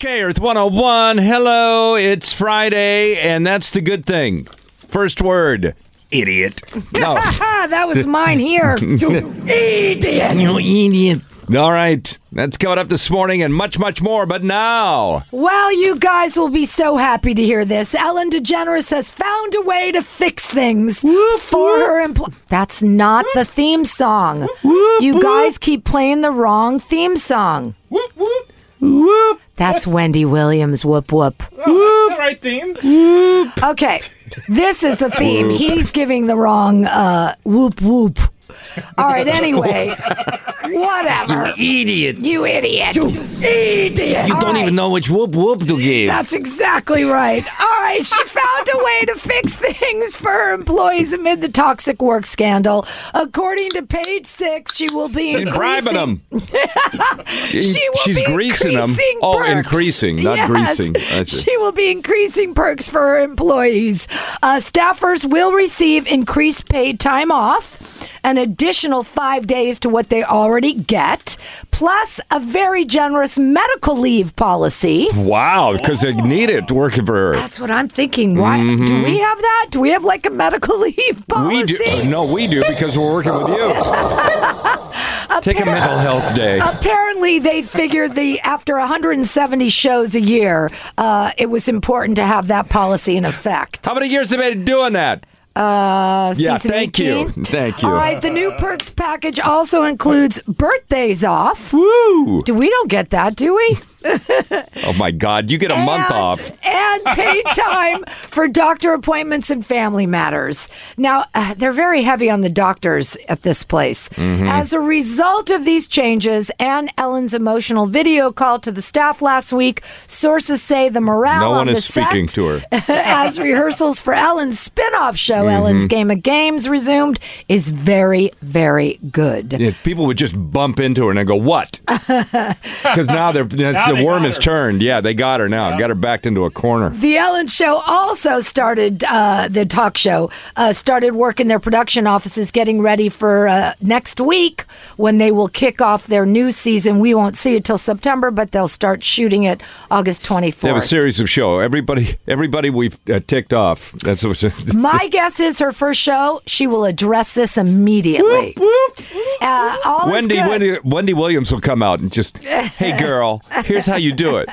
Okay, Earth 101. Hello, it's Friday, and that's the good thing. First word, idiot. No, Ah, that was mine here. idiot. You idiot. All right, that's coming up this morning and much, much more. But now, well, you guys will be so happy to hear this. Ellen DeGeneres has found a way to fix things for her employees. That's not the theme song. You guys keep playing the wrong theme song. That's Wendy Williams. Whoop whoop. right theme. Okay, this is the theme. He's giving the wrong uh, whoop whoop. All right. Anyway, whatever. idiot. You idiot. You idiot. You don't even know which whoop whoop to give. That's exactly right. All right, she found a way to fix things for her employees amid the toxic work scandal. According to Page Six, she will be She's bribing increasing- them. She will She's be greasing them. increasing Oh, perks. increasing, not Yes. greasing. I see. She will be increasing perks for her employees. Uh, staffers will receive increased paid time off, an additional five days to what they already get, plus a very generous medical leave policy. Wow, because they need it working for her. That's what I'm thinking. Why do we have that? Do we have like a medical leave Mm-hmm. We policy? do. No, we do because we're working with you. Take a mental health day. Uh, Apparently, they figured the after 170 shows a year, uh, it was important to have that policy in effect. How many years have they been doing that? Uh, Yeah, season thank you. 18. Thank you. All right, the new perks package also includes birthdays off. Woo! Do we don't get that, do we? Oh my God, you get a month off. and paid time for doctor appointments and family matters. Now, uh, they're very heavy on the doctors at this place. Mm-hmm. As a result of these changes and Ellen's emotional video call to the staff last week, sources say the morale No on one the is speaking set to her. Mm-hmm. as rehearsals for Ellen's spin-off show, Ellen's Game of Games resumed, is very, very good. If people would just bump into her and I go, "What?" Because now they're Now the they worm got is her. turned. Yeah, they got her now. Got her backed into a corner. The Ellen Show also started uh, the talk show uh, started work in their production offices, getting ready for uh, next week when they will kick off their new season. We won't see it till September, but they'll start shooting it August twenty They have a fourth. series of show. Everybody, everybody we've uh, ticked off. That's what. My guess is her first show. She will address this immediately. Uh, all is Wendy, good. Wendy, Wendy Williams will come out and just, hey girl, here's how you do it.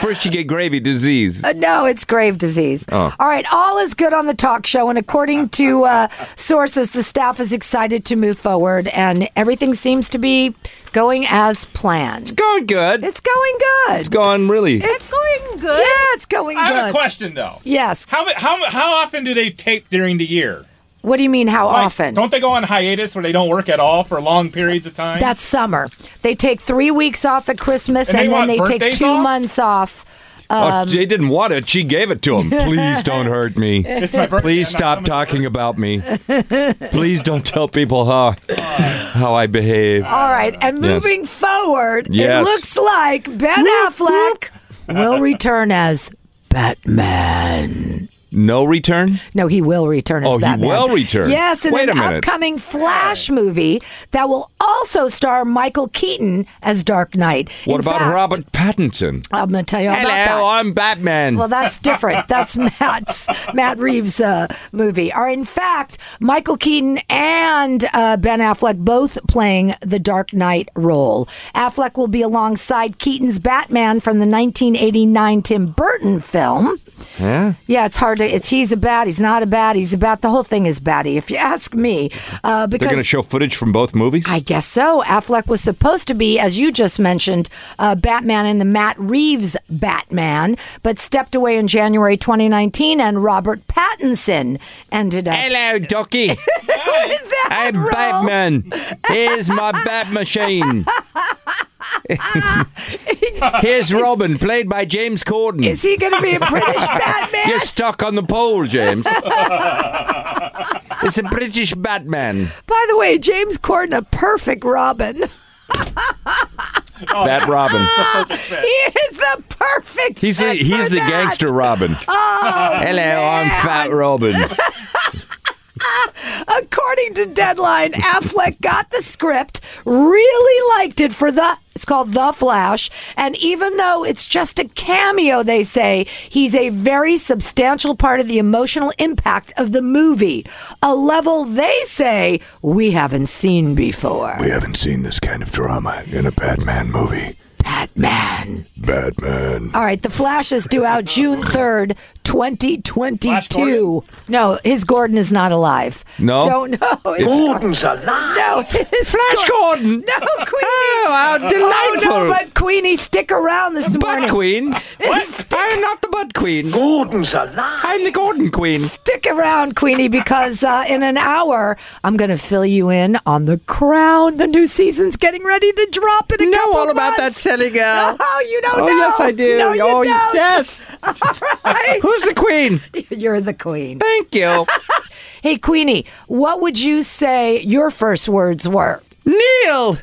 First, you get gravy disease. Uh, no, it's grave disease. All right, all is good on the talk show, and according to uh, sources, the staff is excited to move forward, and everything seems to be going as planned. Going good. It's Um, going good. Going really. It's going good. Yeah, it's going I have a good. question though. Yes. How ma- how how often do they tape during the year? What do you mean? How Like, often? Don't they go on hiatus where they don't work at all for long periods of time? That's summer. They take three weeks off at Christmas, And they and, then want they take birthdays two off? months off. oh, she didn't want it. She gave it to him. Please don't hurt me. It's my birthday, Please I'm not stop coming. talking about me. Please don't tell people how how I behave. Uh, All right, and Yes. moving forward, Yes. it looks like Ben Affleck will return as Batman. No return. No, he will return as Oh, he Batman. will return. Yes, in Wait an a minute. upcoming Flash movie that will also star Michael Keaton as Dark Knight. What In about fact- Robert Pattinson? I'm going to tell you all about that. Hello, I'm Batman. Well, that's different. That's Matt's Matt Reeves' uh, movie. Are in fact Michael Keaton and uh, Ben Affleck both playing the Dark Knight role. Affleck will be alongside Keaton's Batman from the 1989 Tim Burton film. Yeah? Yeah, it's hard to. It's he's a bat. He's not a bat. He's a bat. The whole thing is batty, if you ask me. Uh, They're going to because show footage from both movies. I guess so. Affleck was supposed to be, as you just mentioned, uh, Batman in the Matt Reeves Batman, but stepped away in January 2019, and Robert Pattinson ended up. Hello, Ducky. with that I'm role. Batman. Here's my bat machine. Here's Robin, played by James Corden. Is he going to be a British Batman? You're stuck on the pole, James. it's a British Batman. By the way, James Corden, a perfect Robin. Oh. Bat Robin. he is the perfect. He's a, fit he's Ah, for the that. Oh, gangster Robin. Hello, I'm Fat Robin. According to Deadline, Affleck got the script, really liked it for the It's called The Flash. And even though it's just a cameo, they say, he's a very substantial part of the emotional impact of the movie, a level they say we haven't seen before. We haven't seen this kind of drama in a Batman movie. Batman. Batman. All right, The Flash is due out June 3rd, Flash 2022. Gordon? No, his Gordon is not alive. No? Don't know. It's Gordon's alive. No, Flash Gordon. No, Queenie. Oh, how delightful. Oh, no, but Queenie, stick around this Butt morning. Queen. I'm not the Butt Queen. Gordon's alive. I'm the Gordon Queen. Stick around, Queenie, because uh, in an hour, I'm going to fill you in on The Crown. The new season's getting ready to drop in a know couple all about that months. silly girl. Oh, you don't Oh, know. yes, I do. No, you oh, y- don't. yes. Who's the Queen? You're the queen. Thank you. Hey, Queenie, what would you say your first words were? Neil.